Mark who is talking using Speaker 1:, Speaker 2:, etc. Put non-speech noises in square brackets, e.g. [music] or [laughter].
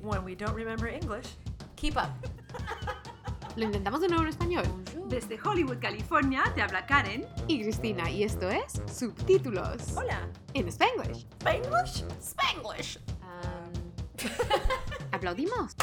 Speaker 1: when we don't remember English.
Speaker 2: Keep up. Lo intentamos de nuevo en español.
Speaker 1: [laughs] Desde Hollywood, California, te habla Karen.
Speaker 2: Y Cristina, y esto es Subtítulos.
Speaker 1: Hola.
Speaker 2: En Spanglish.
Speaker 1: ¿Spanglish?
Speaker 2: Spanglish. Um, ¿Aplaudimos?